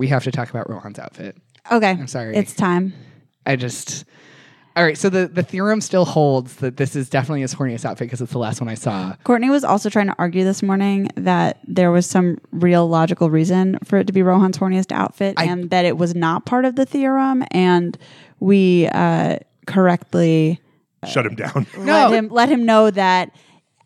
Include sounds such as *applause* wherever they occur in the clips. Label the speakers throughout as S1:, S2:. S1: we have to talk about Rohan's outfit.
S2: Okay.
S1: I'm sorry.
S2: It's time.
S1: I just. All right, so the, the theorem still holds that this is definitely his horniest outfit because it's the last one I saw.
S2: Courtney was also trying to argue this morning that there was some real logical reason for it to be Rohan's horniest outfit
S1: I-
S2: and that it was not part of the theorem. And we uh, correctly
S3: Shut
S2: *laughs*
S3: him down.
S2: let, him, let him know that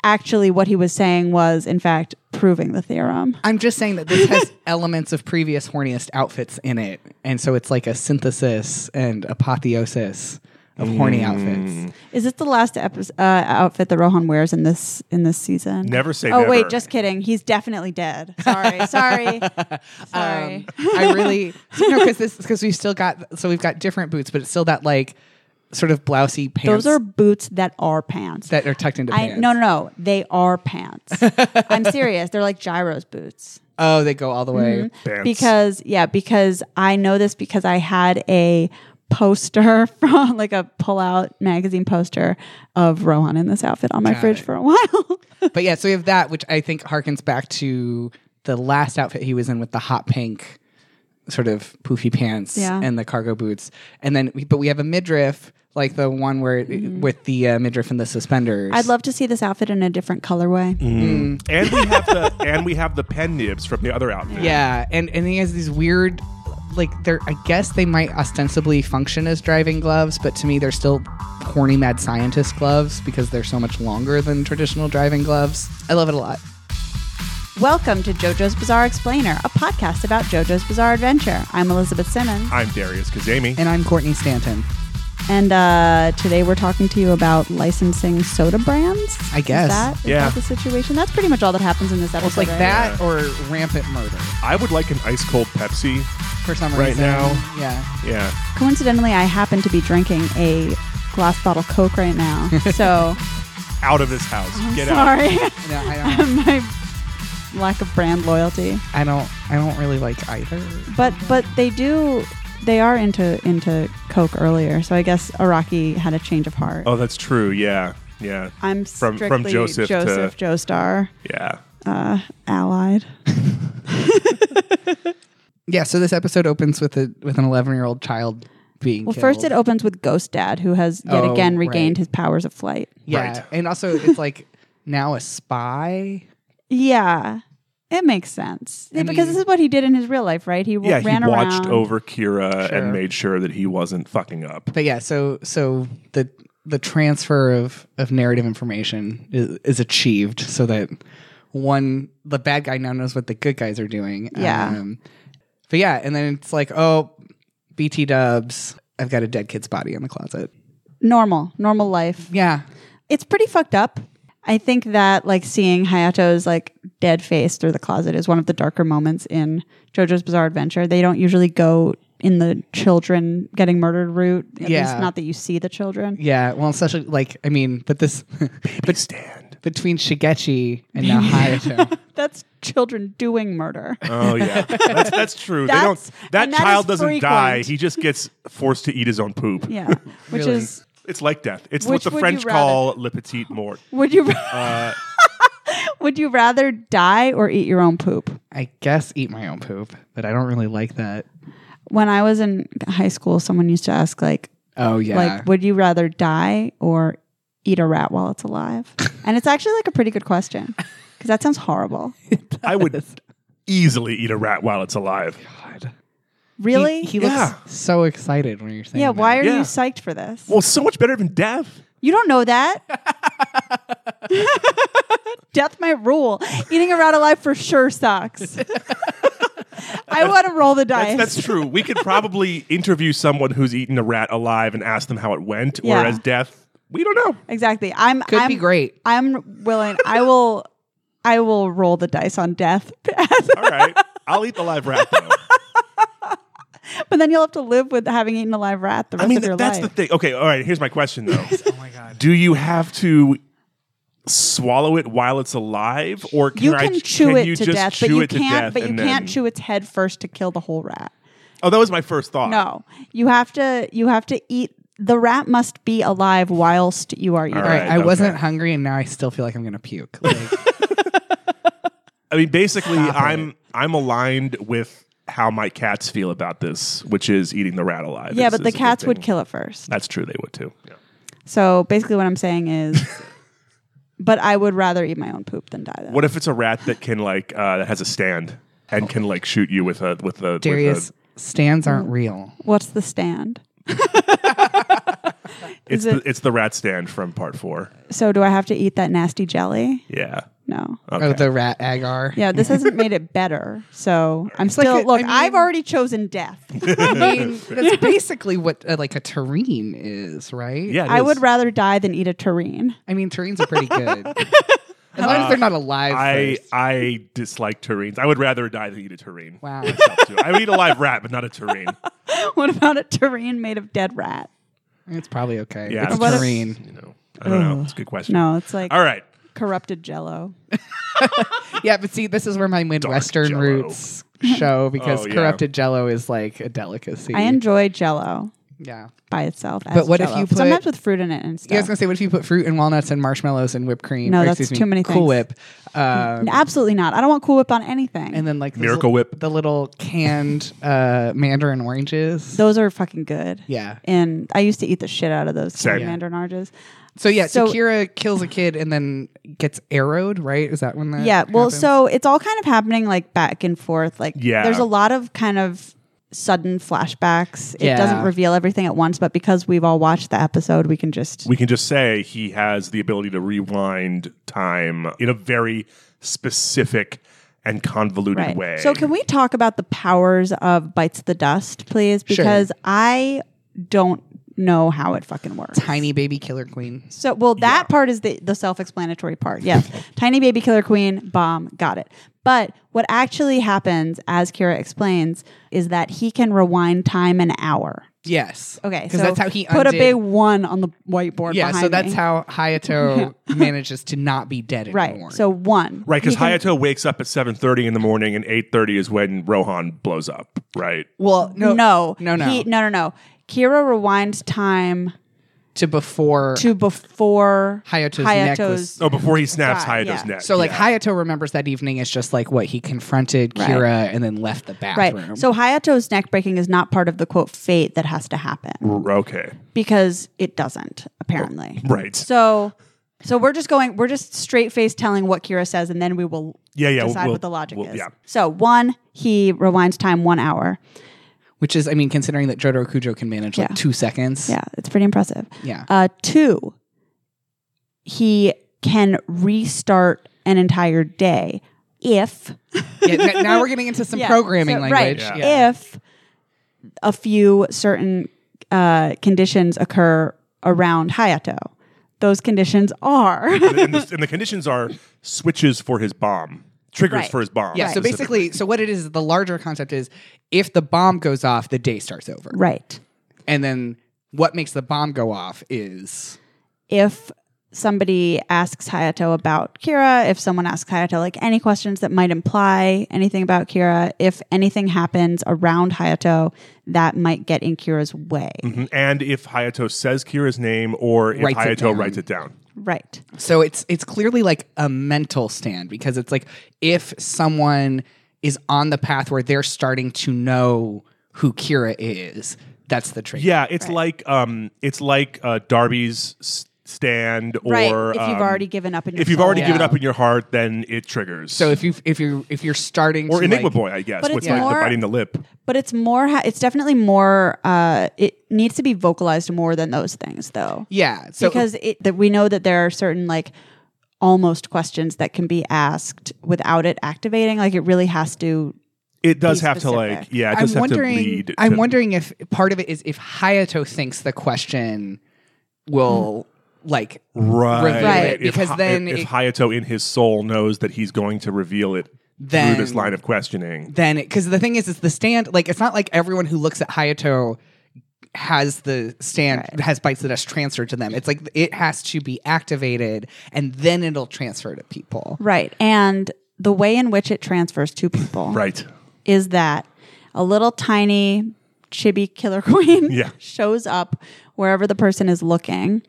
S2: actually what he was saying was, in fact, proving the theorem.
S1: I'm just saying that this *laughs* has elements of previous horniest outfits in it. And so it's like a synthesis and apotheosis of horny outfits.
S2: Is this the last epi- uh, outfit that Rohan wears in this in this season?
S3: Never say
S2: Oh wait,
S3: never.
S2: just kidding. He's definitely dead. Sorry,
S1: *laughs*
S2: sorry,
S1: Um,
S2: sorry.
S1: I really no because this because we've still got so we've got different boots, but it's still that like sort of blousy pants
S2: Those are boots that are pants.
S1: that are tucked into
S2: I,
S1: pants.
S2: no, no, no. They
S1: *laughs*
S2: are pants. I'm serious. They're like gyros boots.
S1: Oh, they go all the way.
S2: Mm-hmm.
S3: Pants.
S2: Because yeah, because I know this because I had a poster *laughs* from like a pull-out magazine poster of Rohan in this outfit on my fridge for a *laughs* while.
S1: But yeah, so we have that, which I think harkens back to the last outfit he was in with the hot pink sort of poofy pants
S2: Yeah.
S1: and the cargo boots. And then, we, but we have a midriff, like the one where it- with the uh, midriff and the suspenders.
S2: Mm-hmm. I'd love to see this outfit in a different colorway.
S1: Mm-hmm.
S2: Mm.
S3: and we have the and we have the pen nibs from the other outfit.
S1: Yeah, and and he has these weird, like they're. I guess they might ostensibly function as driving gloves, but to me they're still horny mad scientist gloves because they're so much longer than traditional driving gloves. I love it a lot.
S2: Welcome to JoJo's Bizarre Explainer, a podcast about JoJo's Bizarre Adventure. I'm Elizabeth Simmons,
S3: I'm Darius Kazemi.
S1: And I'm Courtney Stanton.
S2: and uh, today we're talking to you about licensing soda brands.
S1: I guess.
S2: Is that, is
S3: Yeah.
S2: that the situation? That's pretty much all that happens in this episode.
S1: It's like
S2: right?
S1: that or rampant murder
S3: I would like an ice cold Pepsi.
S1: for some
S3: Right
S1: reason.
S3: now.
S1: yeah.
S3: Yeah.
S2: Coincidentally, I happen to be drinking a glass bottle Coke right
S3: *laughs*
S2: now. So,
S3: Out of this house. Get out.
S2: sorry. *laughs*
S1: No, I don't.
S2: My lack of brand loyalty.
S1: I don't. I don't really like either.
S2: But but they do they are into into Coke earlier. So I guess Araki had a change of heart.
S3: Oh, that's true. Yeah. Yeah.
S2: I'm
S3: from
S2: strictly
S3: from Joseph,
S2: Joseph
S3: to
S2: Joestar
S3: yeah.
S2: uh, allied.
S1: Yeah. So this episode opens with a with an 11 year old child being.
S2: Well, first it opens with Ghost Dad, who has yet
S1: Oh,
S2: again regained
S1: right.
S2: his powers of flight.
S1: Yeah,
S3: Right.
S1: and also it's like now a spy.
S2: Yeah, it makes sense
S1: I
S2: because
S1: mean-
S2: this is what he did in his real life, right? He
S3: Yeah,
S2: w- ran
S3: he watched
S2: around.
S3: over Kira
S1: Sure.
S3: and made sure that he wasn't fucking up.
S1: But yeah, so so the the transfer of of narrative information is, is achieved so that one the bad guy now knows what the good guys are doing.
S2: Yeah.
S1: Um, but yeah, and then it's like, oh, BT Dubs, I've got a dead kid's body in the closet.
S2: normal, normal life.
S1: Yeah.
S2: It's pretty fucked up. I think that like seeing Hayato's like dead face through the closet is one of the darker moments in JoJo's Bizarre Adventure. They don't usually go in the children getting murdered route. At
S1: Yeah.
S2: least not that you see the children.
S1: Yeah. Well, especially like I mean, but this *laughs*
S3: But stand.
S1: between Shigechi and now
S2: *laughs*
S1: Hayato.
S2: That's children
S1: *laughs*
S2: doing murder. *laughs*
S3: Oh yeah, that's that's true. they
S2: That's-
S3: don't. That,
S2: and that
S3: child
S2: is
S3: doesn't
S2: frequent.
S3: die. He just gets forced to eat his own poop.
S2: Yeah. Which
S1: Really?
S2: is
S3: It's like death. It's
S2: Which would
S3: what the
S2: you
S3: French
S2: rather?
S3: call le petit mort.
S2: would you
S1: Uh,
S2: *laughs* Would you rather die or eat your own poop?
S1: I guess eat my own poop, but I don't really like that.
S2: When I was in high school, someone used to ask like
S1: Oh yeah.
S2: like would you rather die or eat a rat while
S1: *laughs*
S2: it's alive? and it's actually like a pretty good question because that sounds horrible. *laughs*
S3: I would easily eat a rat while it's alive.
S1: God.
S2: Really?
S1: He, he looks
S3: Yeah.
S1: so excited when you're saying
S2: yeah,
S1: that.
S2: why are
S3: Yeah.
S2: you psyched for this?
S3: Well, so much better than death.
S2: you don't know
S3: *laughs*
S2: that. Death might rule. Eating a rat alive for sure
S3: *laughs*
S2: sucks. I want to roll the dice.
S3: That's, that's true. We
S2: *laughs*
S3: could probably interview someone who's eaten a rat alive and ask them how it went.
S2: Yeah.
S3: Whereas death, we don't know.
S2: exactly. I'm
S1: Could
S2: I'm,
S1: be great.
S2: I'm willing. I will I will roll the dice on death. *laughs* but
S3: All right, I'll eat the live rat
S2: *laughs*
S3: though.
S2: then you'll have to live with having eaten a live rat the rest
S3: I mean,
S2: of your
S3: th- that's
S2: life.
S3: the thing. Okay, all right. Here's my
S2: *laughs*
S3: question though.
S1: Oh my god.
S3: Do you have to swallow it while it's alive, or can
S2: you
S3: I,
S2: can chew
S3: can
S2: it
S3: you
S2: to
S3: just
S2: death,
S3: chew
S2: but you
S3: it to death
S2: can't. But you
S3: and
S2: can't
S3: then-
S2: chew its head first to kill the whole rat.
S3: Oh, that was my first thought.
S2: No, you have to. You have to eat. The rat must be alive whilst you are eating.
S3: All
S1: All right,
S3: Right,
S1: I
S3: okay.
S1: wasn't hungry and now I still feel like I'm going to puke. *laughs* Like,
S3: I mean, basically,
S1: Stop
S3: I'm I'm aligned with how my cats feel about this, which is eating the rat alive.
S2: yeah,
S3: It's-
S2: but the
S3: it's a big
S2: cats would
S3: thing.
S2: kill it first.
S3: That's true. They would too.
S2: So basically, what I'm saying *laughs* is, but I would rather eat my own poop than die. That
S3: What if it's a rat that can like uh, that has a stand and can like shoot you with a with a
S1: Darius,
S3: With
S1: stands
S2: Mm.
S1: aren't real.
S2: What's the stand?
S3: a, it's
S2: Is it-
S3: the, it's the rat stand from part four.
S2: So do I have to eat that nasty jelly?
S3: Yeah.
S2: No.
S3: Okay.
S1: Or the rat agar.
S2: Yeah, this hasn't made it better. So I'm
S1: like
S2: still
S1: a-
S2: look.
S1: I mean-
S2: I've already chosen death.
S1: I
S3: *laughs*
S1: mean, that's basically what uh, like a terrine is, right?
S3: yeah. it
S2: I
S3: is.
S2: would rather die than eat a terrine. *laughs*
S1: I mean, terrines are pretty good. As long as they're not alive.
S3: Uh, I
S1: first.
S3: I dislike terrines. I would rather die than eat a terrine.
S1: Wow.
S3: *laughs* Myself, too. I would eat a live rat, but not a
S2: *laughs*
S3: terrine.
S2: what about a terrine made of dead rat?
S1: It's probably okay.
S3: Yeah.
S1: It's a
S2: What if-
S1: terrine.
S3: You know, I don't know. It's a good question.
S2: No, it's like
S3: All right.
S2: corrupted jello.
S1: yeah, but see, this is where my Midwestern
S2: *laughs*
S3: Jello.
S1: roots show because
S3: Oh, yeah.
S1: corrupted jello is like a delicacy.
S2: I enjoy jello
S1: yeah.
S2: by itself. As
S1: But what if
S2: Jell-O.
S1: you put-
S2: sometimes with fruit in it and
S1: Yeah, I was
S2: stuff?
S1: gonna say, what if you put fruit and walnuts and marshmallows and whipped cream?
S2: No,
S1: or,
S2: that's
S1: excuse me,
S2: too many
S1: Cool
S2: things.
S1: Whip, um,
S2: Absolutely not. I don't want Cool Whip on anything.
S1: and then like those
S3: Miracle
S1: li-
S3: Whip.
S1: the little canned uh, mandarin oranges.
S2: Those are fucking good.
S1: yeah.
S2: And I used to eat the shit out of those
S3: Same.
S2: canned mandarin oranges.
S1: So yeah,
S2: So-
S1: Sakura kills a kid and then gets arrowed. Right? Is that when that?
S2: yeah well
S1: happens?
S2: so it's all kind of happening like back and forth like
S3: Yeah.
S2: there's a lot of kind of sudden flashbacks it
S1: Yeah.
S2: doesn't reveal everything at once but because we've all watched the episode we can just
S3: we can just say he has the ability to rewind time in a very specific and convoluted
S2: right
S3: way.
S2: so can we talk about the powers of bites the dust please
S1: Sure.
S2: because i don't know how it fucking works
S1: tiny baby killer queen.
S2: So, well, that part is the, the self explanatory
S1: *laughs*
S2: part. Yeah. Tiny baby killer queen, bomb, got it. But what actually happens, as Kira explains, is that he can rewind time an hour.
S1: Yes.
S2: Okay.
S1: Because
S2: so
S1: that's how he
S2: put a
S1: undid-
S2: big one on the whiteboard.
S1: Yeah.
S2: behind
S1: So that's
S2: me.
S1: how
S2: *laughs*
S1: Hayato manages to not be dead
S2: Right.
S1: anymore.
S2: So one.
S3: Right,
S2: He
S3: because
S2: can-
S3: Hayato wakes up at seven thirty in the morning, and eight thirty is when Rohan blows up. Right,
S1: well, no,
S2: No.
S1: no, no,
S2: He, no, no, no. Kira rewinds time
S1: to before.
S2: to before
S1: Hayato's neck was-
S3: oh, before he snaps
S2: God,
S3: Hayato's
S2: yeah.
S3: neck.
S1: so like
S3: yeah.
S1: Hayato remembers that evening as just like what he confronted
S2: Right.
S1: Kira and then left the
S2: Right.
S1: bathroom.
S2: So Hayato's neck breaking is not part of the quote fate that has to happen
S3: R- okay,
S2: because it doesn't, apparently.
S3: right,
S2: So, so we're just going. We're just straight face telling what Kira says, and then we will
S3: Yeah, yeah,
S2: decide
S3: we'll-
S2: what the logic
S3: we'll-
S2: is.
S3: yeah.
S2: So one, he rewinds time one hour.
S1: Which is, I mean, considering that Jotaro Kujo can manage like
S2: Yeah.
S1: two seconds.
S2: Yeah, it's pretty impressive.
S1: Yeah.
S2: Uh, two, he can restart an entire day if
S1: Yeah, n- now we're getting into some
S2: Yeah,
S1: programming
S2: so-
S1: language.
S2: right?
S3: Yeah.
S2: If a few certain uh, conditions occur around Hayato, those conditions are. *laughs*
S3: and, the, and the conditions are switches for his bomb, triggers
S2: Right.
S3: for his bomb.
S1: Yeah, so basically, so what it is, the larger concept is if the bomb goes off, the day starts over.
S2: Right.
S1: And then what makes the bomb go off is
S2: if somebody asks Hayato about Kira, if someone asks Hayato like any questions that might imply anything about Kira, if anything happens around Hayato that might get in Kira's way.
S3: Mhm. and if Hayato says Kira's name or if
S1: Writes it
S3: Hayato
S1: down.
S3: writes it down,
S2: Right.
S1: so it's it's clearly like a mental stand because it's like if someone is on the path where they're starting to know who Kira is, that's the trigger.
S3: yeah, it's like um, it's like uh, Darby's s- stand or
S2: right. If you've
S3: um,
S2: already given up in your
S3: if you've
S2: soul.
S3: already given
S1: Yeah.
S3: up in your heart, then it triggers.
S1: So if you if you if you're starting
S3: or
S1: to
S3: Enigma
S1: like-
S3: Boy, I guess,
S2: But
S3: with
S2: it's
S3: like the
S2: more-
S3: biting the lip.
S2: But it's more ha- it's definitely more uh it needs to be vocalized more than those things though.
S1: yeah, so
S2: because it, that we know that there are certain like almost questions that can be asked without it activating like it really has to
S3: It does
S2: Be
S3: have to like,
S2: specific.
S3: yeah, it
S1: I'm
S3: does have to
S1: wondering.
S3: lead.
S1: I'm
S3: to-
S1: wondering if part of it is if Hayato thinks the question will like
S3: right,
S1: Right.
S3: If
S1: Because
S3: Ha-
S1: then
S3: if,
S1: it-
S3: if Hayato in his soul knows that he's going to reveal it
S1: Then-
S3: through this line of questioning,
S1: then because the thing is, is the stand like it's not like everyone who looks at Hayato has the stand has bites the dust transferred to them. It's like it has to be activated and then it'll transfer to people.
S2: Right. And the way in which it transfers to people
S3: right?
S2: is that a little tiny chibi killer *laughs* queen
S3: Yeah.
S2: shows up wherever the person is looking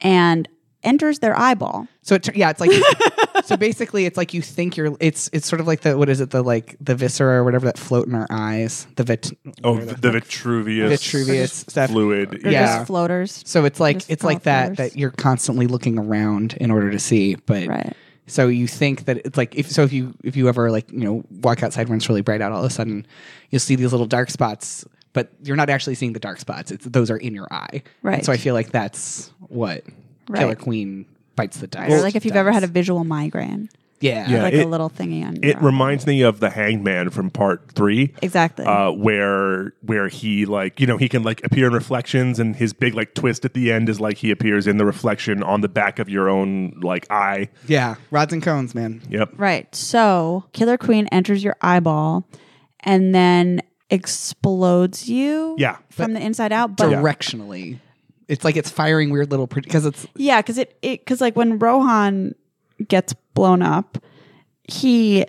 S2: and enters their eyeball.
S1: So it, tur- yeah, it's like so basically, it's like you think you're. It's it's sort of like the what is it the like the viscera or whatever that float in our eyes. The vit.
S3: Oh, the, the Vitruvius,
S1: Vitruvius stuff.
S3: fluid.
S2: They're
S1: Yeah.
S2: just floaters.
S1: So it's like
S2: Just
S1: it's like that
S2: teleporters.
S1: that you're constantly looking around in order to see, but
S2: Right.
S1: so you think that it's like if so if you if you ever like you know walk outside when it's really bright out, all of a sudden you'll see these little dark spots, but you're not actually seeing the dark spots. It's those are in your eye.
S2: Right.
S1: And so I feel like that's what
S2: Right.
S1: Killer Queen bites the dust.
S2: Or like if you've
S1: does.
S2: ever had a visual migraine,
S1: yeah.
S3: Yeah.
S2: like
S3: it-
S2: a little thingy on your
S3: It
S2: eye.
S3: reminds me of the Hangman from Part Three.
S2: exactly.
S3: uh, where where he like you know he can like appear in reflections and his big like twist at the end is like he appears in the reflection on the back of your own like eye.
S1: yeah, rods and cones, man.
S3: Yep.
S2: Right. So Killer Queen enters your eyeball and then explodes you.
S3: Yeah.
S2: From the inside out. But
S1: Directionally, it's like it's firing weird little because it's
S2: yeah, because it it because like when Rohan gets blown up, he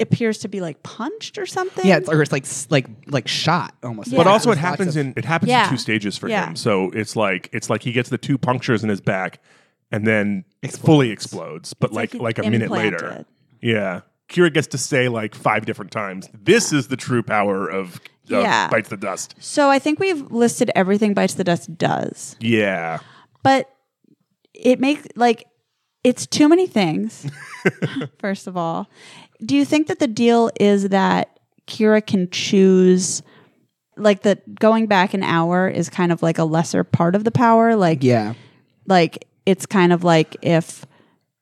S2: appears to be like punched or something.
S1: yeah, it's, or it's like s- like like shot almost.
S2: But
S3: But
S2: Yeah.
S3: also, it
S1: There's lots
S3: happens
S1: of-
S3: in it happens
S2: Yeah.
S3: in two stages for
S2: Yeah.
S3: him. So it's like it's like he gets the two punctures in his back, and then fully explodes. But like
S2: like
S3: like,
S2: it's
S3: a minute
S2: implanted.
S3: later, yeah. Kira gets to say like five different times, "This is the true power of, of
S2: Yeah.
S3: bites the dust."
S2: So I think we've listed everything Bites the Dust does,
S3: Yeah,
S2: but it makes like it's too
S1: *laughs*
S2: many things. first of all, do you think that the deal is that Kira can choose? Like that going back an hour is kind of like a lesser part of the power. Like
S1: yeah.
S2: like it's kind of like if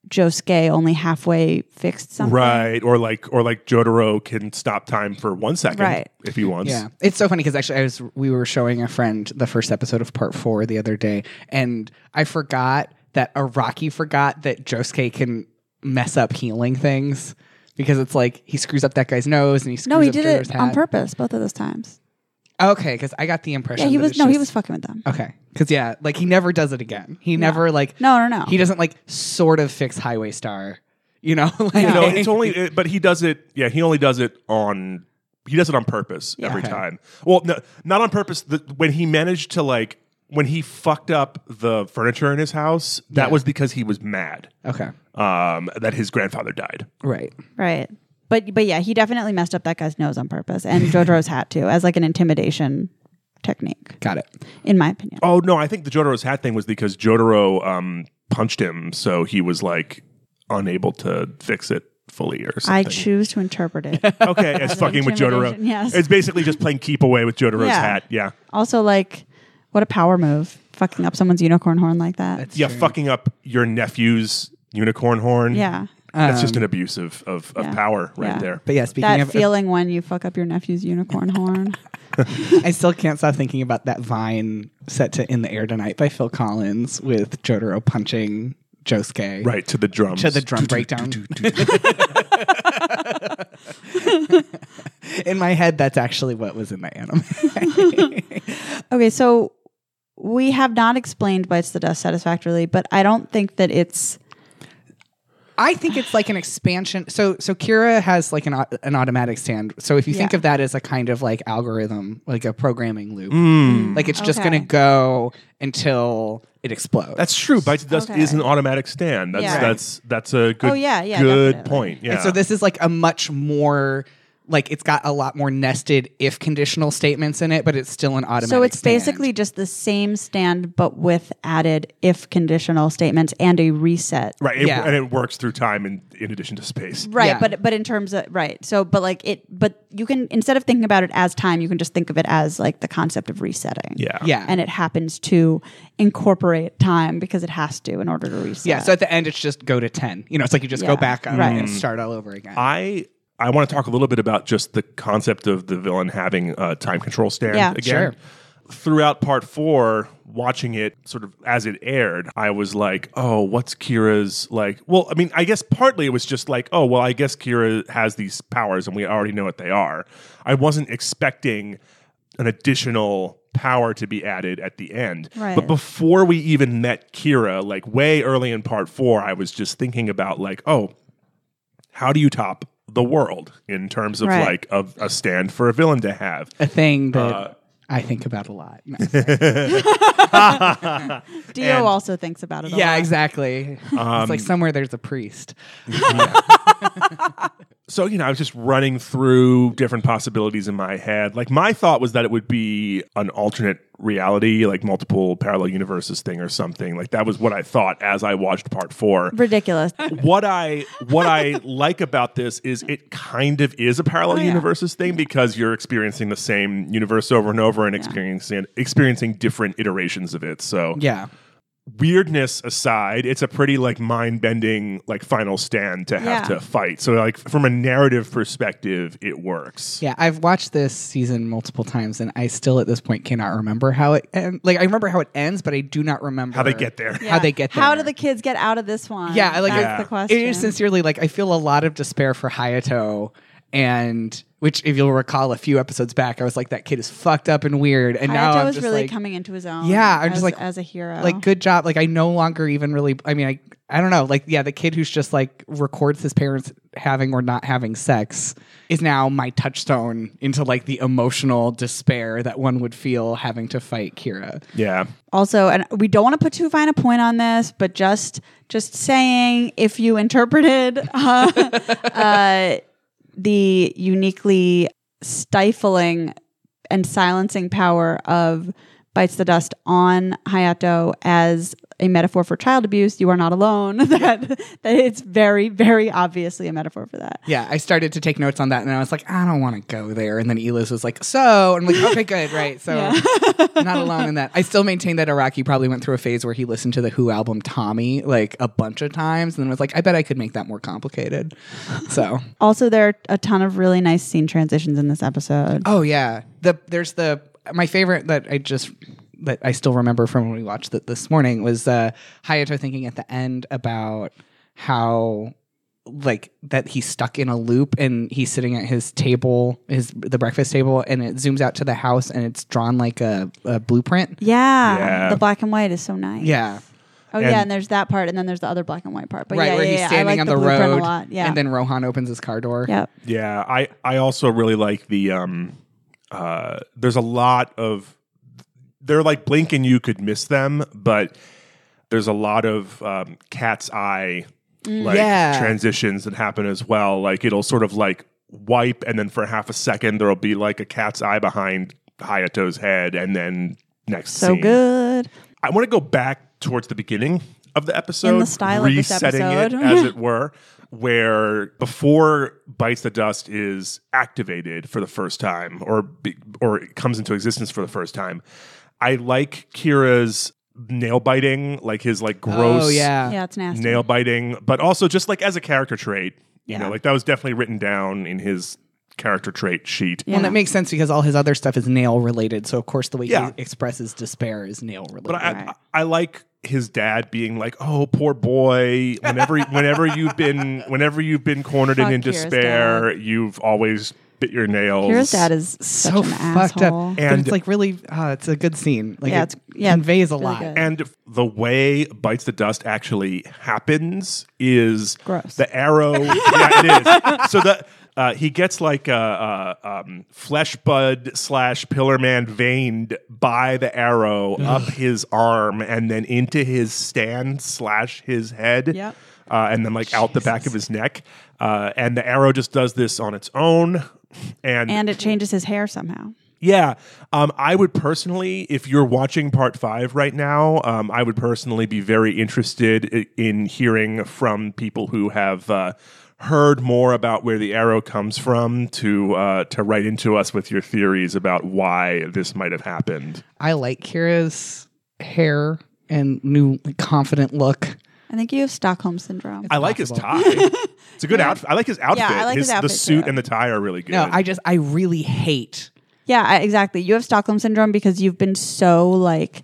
S2: Josuke only halfway fixed something.
S3: right. Or like or like Jotaro can stop time for one second
S2: Right.
S3: if he wants.
S1: Yeah, it's so funny because actually, I was we were showing a friend the first episode of Part Four the other day, and I forgot that Araki forgot that Josuke can mess up healing things because it's like he screws up that guy's nose and he screws
S2: No, he
S1: up
S2: did
S1: Jotaro's
S2: it on
S1: hat.
S2: purpose both of those times.
S1: Okay, because I got the impression
S2: Yeah, he
S1: that
S2: was
S1: it's
S2: no, he
S1: just-
S2: was fucking with them.
S1: okay because yeah, like he never does it again. He never like
S2: No, no, no.
S1: he doesn't like sort of fix Highway Star, you know? *laughs* like
S3: You know, it's only, it, but he does it. Yeah, he only does it on. He does it on purpose every
S1: Okay.
S3: time. Well, no, not on purpose. The, when he managed to like, when he fucked up the furniture in his house, that was because he was mad
S1: okay,
S3: um, that his grandfather died.
S1: right?
S2: Right. But but yeah, he definitely messed up that guy's nose on purpose and Jotaro's hat too, as like an intimidation technique,
S1: Got it.
S2: in my opinion.
S3: Oh no, I think the Jotaro's hat thing was because Jotaro um, punched him, so he was like unable to fix it fully or
S2: I
S3: something.
S2: choose to
S1: *laughs*
S2: interpret it.
S3: okay,
S2: *laughs*
S3: it's fucking with Jotaro.
S2: intimidation, yes.
S3: It's basically just playing keep away with Jotaro's
S2: Yeah.
S3: hat. Yeah.
S2: also, like, what a power move. Fucking up someone's unicorn horn like that.
S1: That's
S3: yeah,
S1: true.
S3: fucking up your nephew's unicorn horn.
S2: yeah.
S3: That's just
S1: Um,
S3: an abuse of, of, of
S2: yeah.
S3: power right
S2: Yeah.
S3: there.
S1: But yeah, speaking
S2: That
S1: of uh,
S2: feeling when you fuck up your nephew's unicorn horn. *laughs*
S1: I still can't stop thinking about that Vine set to "In the Air Tonight" by Phil Collins with Jotaro punching Josuke.
S3: Right, to the drums.
S1: To the drum breakdown. *laughs* In my head, that's actually what was in the anime. *laughs*
S2: Okay, so we have not explained Bites the Dust satisfactorily, but I don't think that it's
S1: I think it's like an expansion. So, so Kira has like an au- an automatic stand. So, if you think
S2: Yeah.
S1: of that as a kind of like algorithm, like a programming loop,
S3: Mm.
S1: like it's just
S2: Okay.
S1: going to go until it explodes.
S3: That's true. Bites of Dust
S2: Okay.
S3: is an automatic stand. That's
S2: Yeah.
S3: that's that's a good
S2: Oh, yeah, yeah,
S3: good
S2: definitely.
S3: point. Yeah.
S1: And so this is like a much more like it's got a lot more nested if conditional statements in it, but it's still an automatic.
S2: so it's
S1: stand.
S2: basically just the same stand but with added if conditional statements and a reset.
S3: right, it,
S1: yeah.
S3: and it works through time in, in addition to space.
S2: Right,
S1: Yeah.
S2: but but in terms of right. So but like it but you can instead of thinking about it as time, you can just think of it as like the concept of resetting.
S3: Yeah.
S1: yeah,
S2: And it happens to incorporate time because it has to in order to reset.
S1: yeah. So at the end, it's just go to ten. You know, it's like you just
S2: Yeah.
S1: go back up
S2: Right.
S1: and start all over again.
S3: I I want to talk a little bit about just the concept of the villain having a time control stand
S2: Yeah.
S3: again.
S1: Sure.
S3: Throughout part four, watching it sort of as it aired, I was like, oh, what's Kira's like? Well, I mean, I guess partly it was just like, oh, well, I guess Kira has these powers and we already know what they are. I wasn't expecting an additional power to be added at the end.
S2: Right.
S3: But before we even met Kira, like way early in part four, I was just thinking about like, oh, how do you top the world in terms of
S2: Right.
S3: like a, a stand for a villain to have?
S1: a thing that I think about a
S3: *laughs*
S1: lot. No.
S2: Dio
S3: And-
S2: also thinks about it. a
S1: yeah,
S2: lot.
S1: exactly.
S3: Um,
S1: it's like somewhere there's a priest.
S3: so you know, I was just running through different possibilities in my head. Like my thought was that it would be an alternate reality, like multiple parallel universes thing or something. Like that was what I thought as I watched part four.
S1: *laughs*
S2: Ridiculous.
S3: what I what I
S2: *laughs*
S3: like about this is it kind of is a parallel
S2: Oh, yeah.
S3: universes thing because you're experiencing the same universe over and over and experiencing experiencing different iterations of it. So
S1: Yeah.
S3: weirdness aside, it's a pretty like mind bending like final stand to have
S2: Yeah.
S3: to fight. So like from a narrative perspective, it works.
S1: Yeah, I've watched this season multiple times and I still at this point cannot remember how it end. like I remember how it ends, but I do not remember
S3: How they get there.
S1: How they get there.
S2: How do the kids get out of this one?
S1: Yeah, I like
S2: Um, that's
S3: Yeah.
S2: the question.
S1: It is sincerely like I feel a lot of despair for Hayato and which if you'll recall a few episodes back I was like that kid is fucked up and weird and now
S2: Hayato
S1: I'm
S2: was
S1: just
S2: really
S1: like
S2: coming into his own.
S1: Yeah, I'm
S2: as,
S1: just like-
S2: as a hero.
S1: like good job like I no longer even really I mean I I don't know like yeah the kid who's just like records his parents having or not having sex is now my touchstone into like the emotional despair that one would feel having to fight Kira.
S3: Yeah.
S2: also, and we don't want to put too fine a point on this, but just just saying, if you interpreted *laughs* uh, uh, the uniquely stifling and silencing power of bites the dust on Hayato as a metaphor for child abuse, you are not alone. *laughs* that that it's very very obviously a metaphor for that.
S1: Yeah, I started to take notes on that, and I was like, I don't want to go there. And then Elis was like, So, and I'm like, okay, good, right. So, I'm *laughs* not alone in that. I still maintain that Iraqi probably went through a phase where he listened to the Who album Tommy like a bunch of times, and then was like, I bet I could make that more complicated. So,
S2: Also, there are a ton of really nice scene transitions in this episode.
S1: oh yeah, the there's the my favorite that I just that I still remember from when we watched it this morning was uh, Hayato thinking at the end about how like that he's stuck in a loop and he's sitting at his table his the breakfast table and it zooms out to the house and it's drawn like a, a blueprint
S2: Yeah,
S3: Yeah.
S2: the black and white is so nice.
S1: yeah
S2: Oh
S3: And-
S2: yeah, and there's that part, and then there's the other black and white part. But
S1: right
S2: yeah,
S1: where
S2: yeah,
S1: he's
S2: yeah, I
S1: standing
S2: like
S1: on
S2: the
S1: the,
S2: blueprint
S1: road
S2: a lot. Yeah,
S1: and then rohan opens his car door
S2: yep.
S3: Yeah, I I also really like the um uh there's a lot of they're like blink and you could miss them, but there's a lot of um cat's eye like
S1: Yeah.
S3: transitions that happen as well. Like it'll sort of like wipe and then for half a second there'll be like a cat's eye behind Hayato's head and then next
S2: So
S3: scene.
S2: good.
S3: I want to go back towards the beginning of the episode,
S2: In the style of this
S3: resetting
S2: episode. *laughs*
S3: it as it were, where before bites the dust is activated for the first time, or be- or it comes into existence for the first time. I like Kira's nail biting, like his like gross
S1: oh yeah
S2: yeah, it's nasty.
S3: nail biting, but also just like as a character trait, you
S2: Yeah.
S3: know, like that was definitely written down in his character trait sheet.
S1: Well, that makes sense because all his other stuff is nail related. So, of course, the way
S3: Yeah.
S1: he expresses despair is nail related.
S3: But I,
S2: Right.
S3: I, I like his dad being like, "Oh, poor boy. Whenever, whenever you've been, whenever you've been cornered
S2: Fuck
S3: and in
S2: Kira's
S3: despair, you've always bit your nails."
S2: Kira's dad is such
S1: so
S2: an
S1: fucked
S2: asshole.
S1: up. but
S3: And-
S1: it's like really, uh, it's a good scene. Like
S2: Yeah,
S1: it
S2: it's- yeah,
S1: conveys a
S2: really
S1: lot.
S2: good.
S3: and the way bites the dust actually happens is
S2: Gross. *laughs*
S3: The arrow, yeah, it is. So the uh, he gets like a, uh um, flesh bud slash pillar man veined by the arrow up his arm and then into his stand slash his head.
S2: Yep.
S3: Uh, and then like out the back of his neck, uh, and the arrow just does this on its own, and
S2: And it changes his hair somehow.
S3: yeah. Um, I would personally, if you're watching part five right now, um, I would personally be very interested i- in hearing from people who have uh, heard more about where the arrow comes from to uh, to write into us with your theories about why this might have happened.
S1: I like Kira's hair and new confident look.
S2: I think you have Stockholm syndrome.
S3: I like
S2: *laughs*
S3: his tie. It's a good outfit. I like his outfit.
S2: I like his outfit,
S3: the suit
S2: too.
S3: and the tie are really good.
S1: No, I just, I really hate.
S2: yeah, I, exactly. You have Stockholm syndrome because you've been so like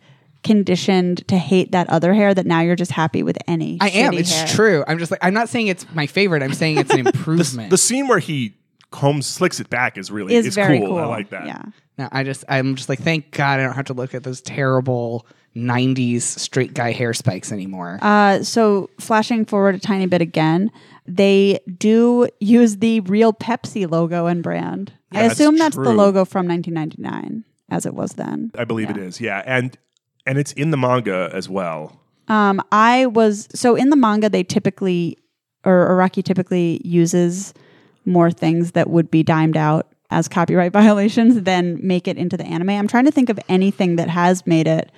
S2: conditioned to hate that other hair that now you're just happy with any.
S1: I am.
S2: shitty
S1: It's
S2: hair.
S1: true. I'm just like, I'm not saying it's my favorite. I'm saying it's *laughs* an improvement.
S3: the scene where he combs slicks it back is really
S2: Is
S3: is
S2: very cool.
S3: I like that.
S2: Yeah.
S1: No, I just I'm just like, thank God I don't have to look at those terrible '90s straight guy hair spikes anymore.
S2: Uh, so flashing forward a tiny bit again, they do use the real Pepsi logo and brand. I
S3: That's
S2: assume that's the
S3: true.
S2: logo from 1999. as it was then.
S3: I believe it is. Yeah, and and it's in the manga as well.
S2: Um, I was so in the manga they typically or Araki typically uses more things that would be dimed out as copyright *laughs* violations than make it into the anime. I'm trying to think of anything that has made it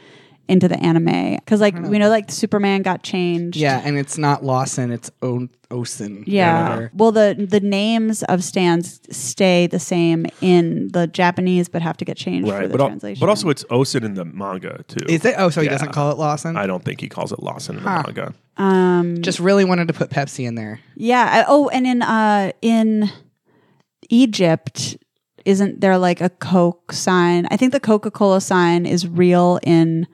S2: into the anime because like we know like Superman got changed.
S1: Yeah, and it's not Lawson, it's o- Osen.
S2: Yeah.
S1: Or-
S2: Well, the the names of stands stay the same in the Japanese, but have to get changed for the
S3: but, al-
S2: translation.
S3: but also it's Osen in the manga too.
S1: Is it? Oh, so he
S3: Yeah.
S1: doesn't call it Lawson?
S3: I don't think he calls it Lawson in the manga.
S2: um,
S1: Just really wanted to put Pepsi in there.
S2: yeah. I- Oh, and in uh, in Egypt, isn't there like a Coke sign? I think the Coca Cola sign is real in,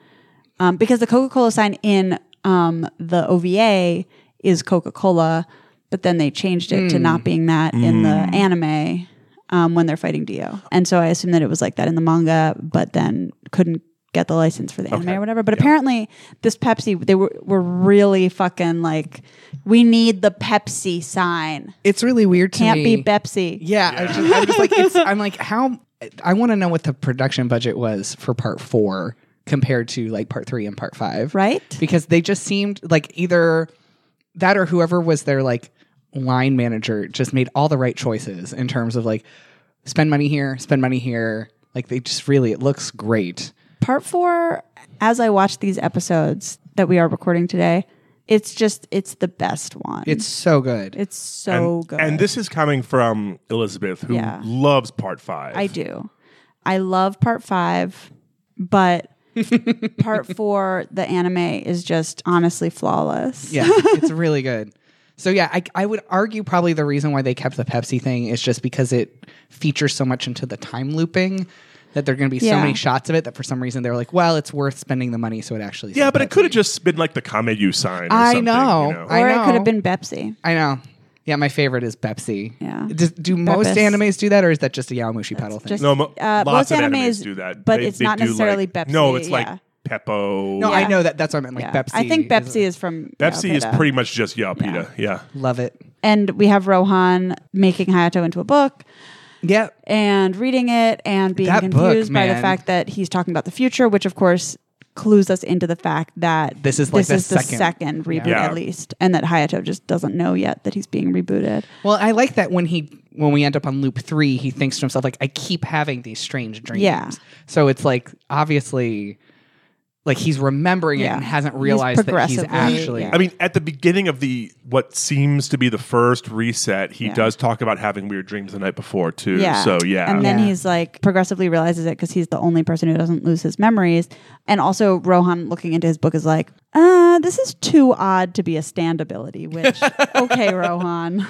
S2: um, because the Coca Cola sign in um the OVA is Coca Cola, but then they changed it
S1: Hmm.
S2: to not being that in the anime. um, when they're fighting Dio. And so I assume that it was like that in the manga, but then couldn't get the license for the anime or whatever. But apparently, this Pepsi, they were, were really fucking like, we need the Pepsi sign.
S1: It's really weird to
S2: Can't
S1: me.
S2: be Pepsi.
S1: Yeah, I just, I'm just like,
S2: *laughs*
S1: it's, I'm like, how? I want to know what the production budget was for part four compared to like part three and part five,
S2: Right?
S1: Because they just seemed like either that or whoever was their like line manager just made all the right choices in terms of like spend money here, spend money here. Like they just really, it looks great.
S2: Part four, as I watch these episodes that we are recording today, it's just, it's the best one.
S1: It's so good.
S2: it's so good.
S3: And this is coming from Elizabeth, who
S2: Oh, Yeah.
S3: loves Part Five.
S2: I do. I love part five,
S1: *laughs*
S2: but part four, the anime is just honestly flawless. *laughs*
S1: Yeah, it's really good. So yeah, I, I would argue probably the reason why they kept the Pepsi thing is just because it features so much into the time looping that there are going to be so
S2: Yeah.
S1: many shots of it that for some reason they were like, well, it's worth spending the money, so it actually.
S3: Yeah,
S1: said
S3: but it
S1: Pepsi.
S3: could have just been like the Kameyu sign. Or
S1: I
S3: something,
S1: know.
S3: You know?
S1: I
S2: Or it
S1: know.
S2: could have been Pepsi.
S1: I know. Yeah, my favorite is Pepsi.
S2: Yeah.
S1: Does, do most
S2: Pepis.
S1: animes do that, or is that just a Yamushi paddle thing?
S2: Just,
S3: No, mo-
S2: uh, most
S3: lots of
S2: animes,
S3: animes do that,
S2: but
S3: They-
S2: it's
S3: they
S2: not
S3: do,
S2: necessarily
S3: like-
S2: Pepsi.
S3: No, it's like
S2: yeah.
S3: Peppo.
S1: no, I
S2: yeah.
S1: know that. That's what I meant. Like
S2: Yeah.
S1: Pepsi.
S2: I think
S1: is-
S2: Pepsi is from
S3: Pepsi is
S2: Yopeda.
S3: pretty much just Yapita. Yeah.
S1: Love it.
S2: And we have Rohan making Hayato into a book
S1: Yeah.
S2: and reading it and being
S1: That book,
S2: confused by the
S1: man.
S2: fact that he's talking about the future, which of course clues us into the fact that
S1: This is like the second-
S2: reboot
S3: Yeah.
S2: at least, and that Hayato just doesn't know yet that he's being rebooted.
S1: Well, I like that when he when we end up on loop three, he thinks to himself like, "I keep having these strange dreams."
S2: Yeah.
S1: So it's like obviously, like he's remembering it
S2: Yeah.
S1: and hasn't
S2: He's
S1: realized that he's
S2: progressively-
S1: actually.
S2: yeah.
S3: I mean, at the beginning of the what seems to be the first reset, he does talk about having weird dreams the night before too. So yeah,
S2: and then
S1: Yeah.
S2: he's like progressively realizes it because he's the only person who doesn't lose his memories. And also, Rohan looking into his book is like, uh, this is too odd to be a stand ability.
S3: *laughs*
S2: Which okay, Rohan.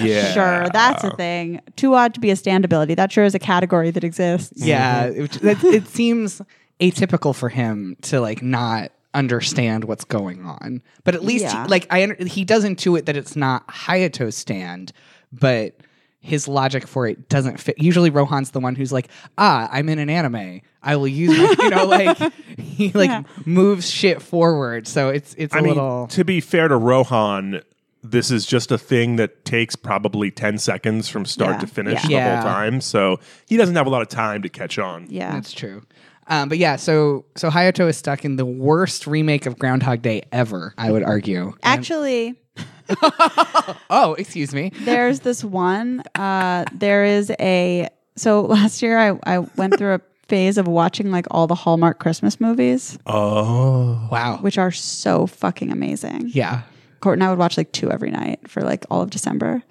S3: yeah,
S2: Sure, that's a thing. Too odd to be a stand ability. That sure is a category that exists.
S1: Yeah, it, it, it seems atypical for him to like not understand what's going on. But at least
S2: Yeah.
S1: he, like I under- he does intuit that it's not Hayato's stand, but his logic for it doesn't fit. Usually Rohan's the one who's like, "Ah, I'm in an anime. I will use my, you know like he like moves shit forward." So it's it's a
S3: I mean,
S1: little
S3: to be fair to Rohan, this is just a thing that takes probably ten seconds from start
S2: Yeah.
S3: to finish
S2: Yeah.
S3: the
S1: Yeah.
S3: whole time. So he doesn't have a lot of time to catch on.
S2: Yeah.
S1: That's true. Um, but yeah, so so Hayato is stuck in the worst remake of Groundhog Day ever, I would argue.
S2: Actually,
S1: Oh, excuse me.
S2: there's this one. Uh, there is a. So last year I, I went through a phase of watching like all the Hallmark Christmas movies,
S3: Oh,
S1: Wow.
S2: which are so fucking amazing.
S1: Yeah.
S2: Court and I would watch like two every night for like all of December.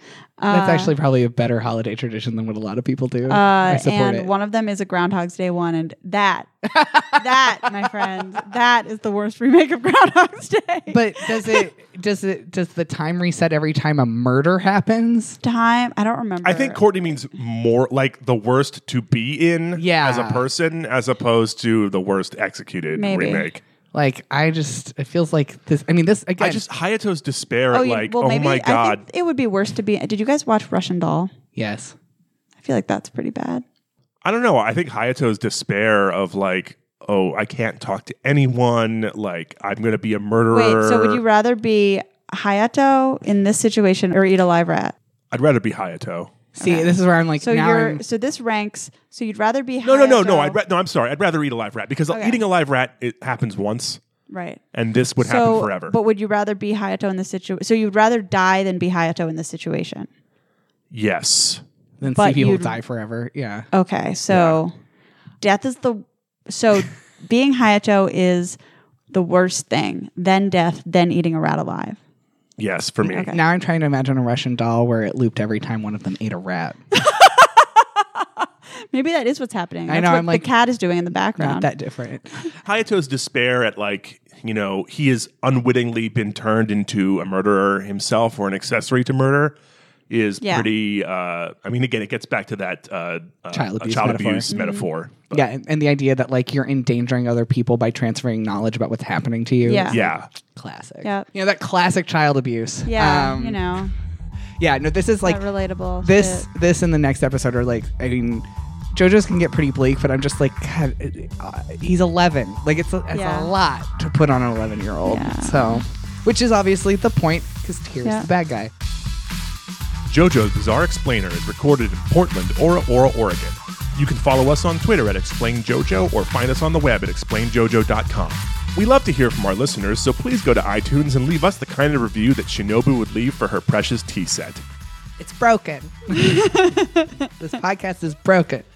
S1: That's actually probably a better holiday tradition than what a lot of people do. I
S2: Uh,
S1: support
S2: and
S1: it.
S2: one of them is a Groundhog's Day one, and that, that,
S1: *laughs*
S2: my friend, that is the worst remake of Groundhog's Day.
S1: but does it does it does the time reset every time a murder happens?
S2: time, I don't remember.
S3: I think Courtney means more like the worst to be in
S1: Yeah.
S3: as a person as opposed to the worst executed
S2: Maybe.
S3: remake.
S1: Like I just it feels like this I mean this again
S3: I just Hayato's despair
S2: Oh,
S3: at
S2: you-
S3: like,
S2: well,
S3: oh
S2: maybe- I
S3: my
S2: think
S3: god.
S2: it would be worse to be. Did you guys watch Russian Doll?
S1: Yes.
S2: I feel like that's pretty bad.
S3: I don't know. I think Hayato's despair of like, oh, I can't talk to anyone. Like, I'm going to be a
S2: Wait,
S3: murderer.
S2: so would you rather be Hayato in this situation or eat a live rat?
S3: I'd rather be Hayato.
S1: See, this is where I'm like,
S2: So
S1: now
S2: you're
S1: I'm-
S2: so this ranks. So you'd rather be
S3: No, no, no, no.
S2: Hayato-
S3: I'd ra- no. I'm sorry. I'd rather eat a live rat because
S2: Okay.
S3: eating a live rat it happens once,
S2: right.
S3: and this would happen forever.
S2: But would you rather be Hayato in the situation? So you'd rather die than be Hayato in this situation.
S3: yes.
S1: then see
S2: but
S1: people
S2: you'd-
S1: die forever. Yeah.
S2: Okay, so death is the so being Hayato is the worst thing. Then death, then eating a rat alive.
S3: Yes, for me.
S1: Now I'm trying to imagine a Russian doll where it looped every time one of them ate a rat.
S2: Maybe that is what's happening.
S1: I
S2: That's
S1: know,
S2: What
S1: I'm like-
S2: the cat is doing in the
S1: Not
S2: background.
S1: that different.
S3: Hayato's despair at like you know he has unwittingly been turned into a murderer himself or an accessory to murder is
S2: Yeah.
S3: pretty. Uh, I mean, again, it gets back to that uh, uh,
S1: Child abuse
S3: child
S1: metaphor.
S3: abuse metaphor. But
S1: Yeah, and, and the idea that like you're endangering other people by transferring knowledge about what's happening to you.
S2: Yeah.
S3: yeah,
S1: Classic.
S2: Yep.
S1: You know that classic child abuse.
S2: yeah,
S1: Um,
S2: you know,
S1: Yeah, no this is like
S2: not relatable.
S1: this
S2: shit.
S1: this and the next episode are like I mean JoJo's can get pretty bleak, but I'm just like God, it- uh, he's 11. Like it's a, it's a
S2: Yeah.
S1: lot to put on an 11 year old.
S2: Yeah.
S1: So, which is obviously the point because here's
S2: Yeah.
S1: the bad guy.
S3: JoJo's Bizarre Explainer is recorded in Portland, Ora Ora, Oregon. You can follow us on Twitter at ExplainJojo or find us on the web at explainjojo.com. We love to hear from our listeners, so please go to iTunes and leave us the kind of review that Shinobu would leave for her precious tea set.
S2: *laughs*
S1: It's broken. this podcast is broken.